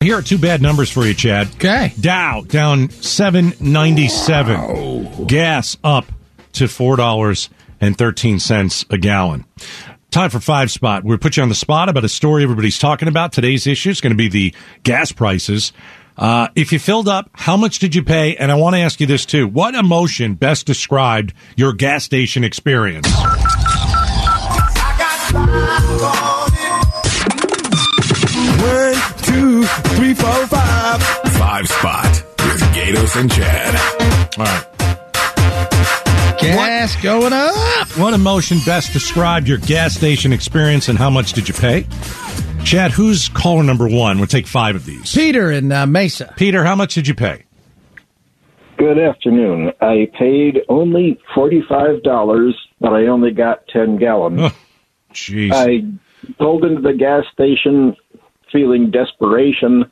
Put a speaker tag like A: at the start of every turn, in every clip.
A: Here are two bad numbers for you, Chad.
B: Okay.
A: Dow down 797. Gas up to $4.13 a gallon. Time for five spot. We'll put you on the spot about a story everybody's talking about. Today's issue is going to be the gas prices. Uh, if you filled up, how much did you pay? And I want to ask you this too. What emotion best described your gas station experience?
C: One, two, three, four, five.
D: Five spot with Gatos and Chad.
A: All right.
B: Gas going up.
A: What emotion best described your gas station experience and how much did you pay? Chad, who's caller number one? We'll take five of these.
B: Peter in uh, Mesa.
A: Peter, how much did you pay?
E: Good afternoon. I paid only $45, but I only got 10 gallons.
A: Jeez.
E: I pulled into the gas station feeling desperation.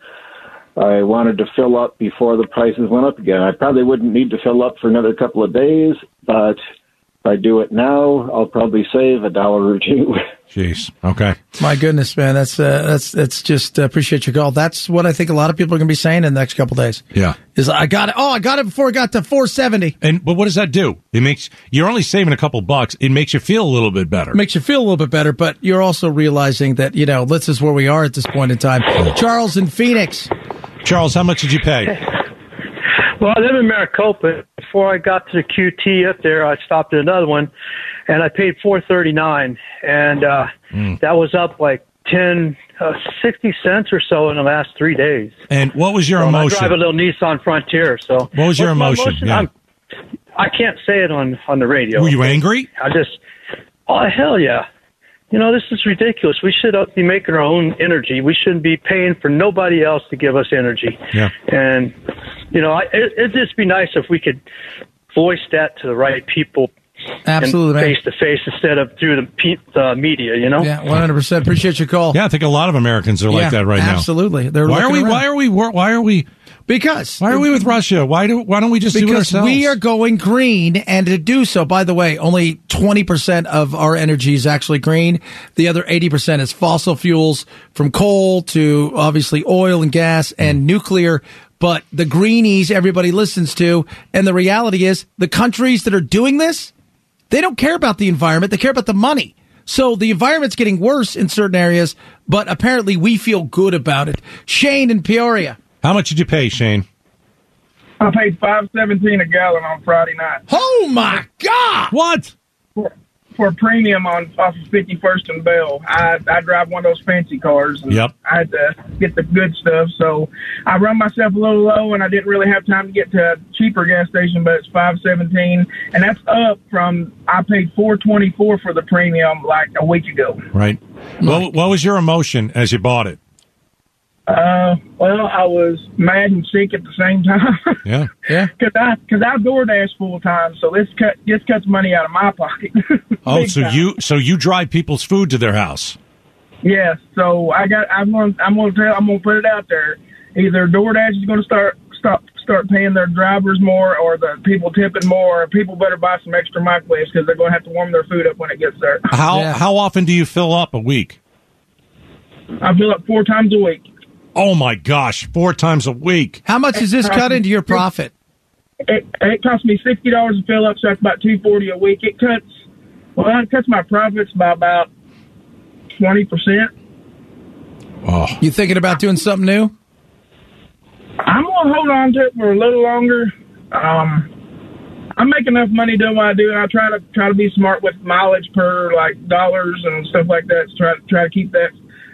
E: I wanted to fill up before the prices went up again. I probably wouldn't need to fill up for another couple of days, but if I do it now, I'll probably save a dollar or two.
A: Jeez. Okay.
B: My goodness, man, that's uh, that's that's just uh, appreciate your call. That's what I think a lot of people are going to be saying in the next couple days.
A: Yeah.
B: Is I got it. Oh, I got it before it got to 470.
A: And but what does that do? It makes you're only saving a couple bucks. It makes you feel a little bit better.
B: Makes you feel a little bit better, but you're also realizing that you know this is where we are at this point in time. Charles in Phoenix.
A: Charles, how much did you pay?
F: Well, I live in Maricopa. Before I got to the QT up there, I stopped at another one, and I paid four thirty nine, and uh,
A: Hmm.
F: that was up like ten uh, sixty cents or so in the last three days.
A: And what was your
F: And I
A: emotion?
F: drive a little Nissan Frontier, so
A: What was your
F: What's my
A: emotion? Yeah.
F: I'm- I can't say it on on the radio.
A: Were you angry?
F: I just, oh hell yeah! You know this is ridiculous. We should uh, be making our own energy. We shouldn't be paying for nobody else to give us energy.
A: Yeah.
F: And you know, I, it, it'd just be nice if we could voice that to the right people, and
B: Absolutely, man.
F: face to face instead of through the pe- uh, media. You know.
B: Yeah, 100. percent Appreciate your call.
A: Yeah, I think a lot of Americans are like that right
B: Absolutely.
A: now.
B: They're
A: Why are
B: looking
A: we?
B: around.
A: Why are we? wor- Why are we?
B: because
A: Why are we with Russia? Why do? Why don't we just do it
B: because
A: ourselves?
B: we are going green, and to do so, by the way, only 20% of our energy is actually green. The other 80% is fossil fuels from coal to obviously oil and gas
A: Hmm.
B: and nuclear. But the greenies everybody listens to, and the reality is the countries that are doing this, they don't care about the environment. They care about the money. So the environment's getting worse in certain areas, but apparently we feel good about it. Shane in Peoria.
A: How much did you pay, Shane?
G: I paid five seventeen a gallon on Friday night
B: Oh my God!
A: What?
G: for, for premium on off of Fifty First and Bell. I I drive one of those fancy cars. And
A: Yep.
G: I had to get the good stuff, so I run myself a little low, and I didn't really have time to get to a cheaper gas station. But it's five seventeen, and that's up from I paid four twenty four for the premium like a week ago.
A: Right. What, what was your emotion as you bought it?
G: Uh, well, I was mad and sick at the same time.
A: Yeah.
B: Yeah.
G: Cause I, cause I DoorDash full time, so this cut this cuts money out of my pocket.
A: Oh,
G: Big
A: so
G: time.
A: you so you drive people's food to their house?
G: Yeah, so I got. I'm gonna. I'm gonna tell. I'm gonna put it out there. Either DoorDash is gonna start stop start paying their drivers more, or the people tipping more. Or people better buy some extra microwaves because they're gonna have to warm their food up when it gets there.
A: How
B: Yeah.
A: how often do you fill up a week?
G: I fill up four times a week.
A: Oh my gosh, four times a week.
B: How much is this cut into your profit?
G: It, it costs me sixty dollars to fill up, so that's about two forty a week. It cuts. Well, it cuts my profits by about twenty percent.
A: Oh,
B: You thinking about doing something new?
G: I'm gonna hold on to it for a little longer. Um, I make enough money doing what I do, and I try to try to be smart with mileage per like dollars and stuff like that. So try try to keep that.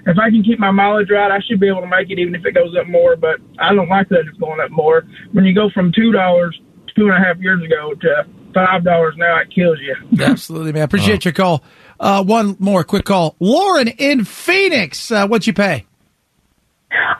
G: If I can keep my mileage right, I should be able to make it, even if it goes up more. But I don't like that it's going up more. When you go from two dollars two and a half years ago to five dollars now, it kills you.
B: Absolutely, man. Appreciate
A: Oh.
B: your call. Uh, one more quick call. Lauren in Phoenix. Uh, what'd you pay?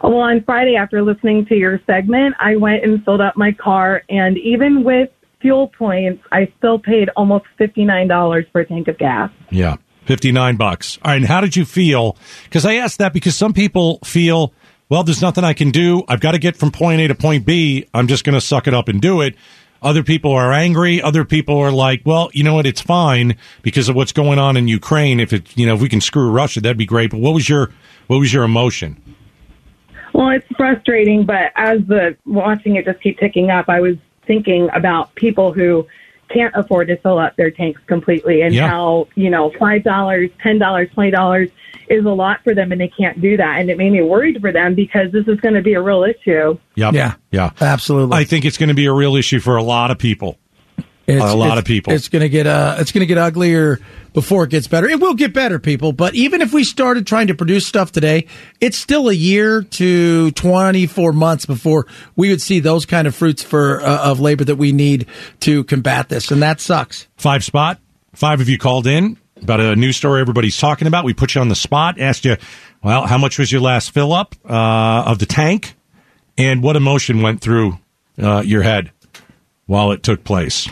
H: Well, on Friday, after listening to your segment, I went and filled up my car, and even with fuel points, I still paid almost $59 for a tank of gas.
A: yeah. 59 bucks. All right, and how did you feel? Cuz I asked that because some people feel, well, there's nothing I can do. I've got to get from point A to point B. I'm just going to suck it up and do it. Other people are angry. Other people are like, well, you know what? It's fine because of what's going on in Ukraine. If it, you know, if we can screw Russia, that'd be great. But what was your what was your emotion?
H: Well, it's frustrating, but as the watching it just keep ticking up, I was thinking about people who can't afford to fill up their tanks completely and
A: Yeah.
H: how, you know, $5, $10, $20 is a lot for them and they can't do that. And it made me worried for them because this is going to be a real issue.
A: Yep.
B: Yeah.
A: Yeah.
B: Absolutely.
A: I think it's going to be a real issue for a lot of people.
B: It's,
A: a lot
B: it's-
A: of people.
B: It's gonna get uh, it's gonna get uglier before it gets better. It will get better, people. But even if we started trying to produce stuff today, it's still a year to twenty four months before we would see those kind of fruits for uh, of labor that we need to combat this, and that sucks.
A: Five spot. Five of you called in about a news story everybody's talking about. We put you on the spot, asked you, well, how much was your last fill up uh, of the tank, and what emotion went through uh, your head while it took place?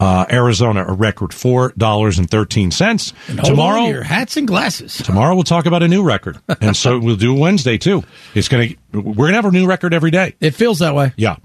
A: Uh, Arizona, a record four dollars and thirteen cents.
B: Hold on
A: Tomorrow,
B: to your hats and glasses.
A: Tomorrow we'll talk about a new record, and so we'll do Wednesday too. It's gonna we're gonna have a new record every day.
B: It feels that way.
A: Yeah.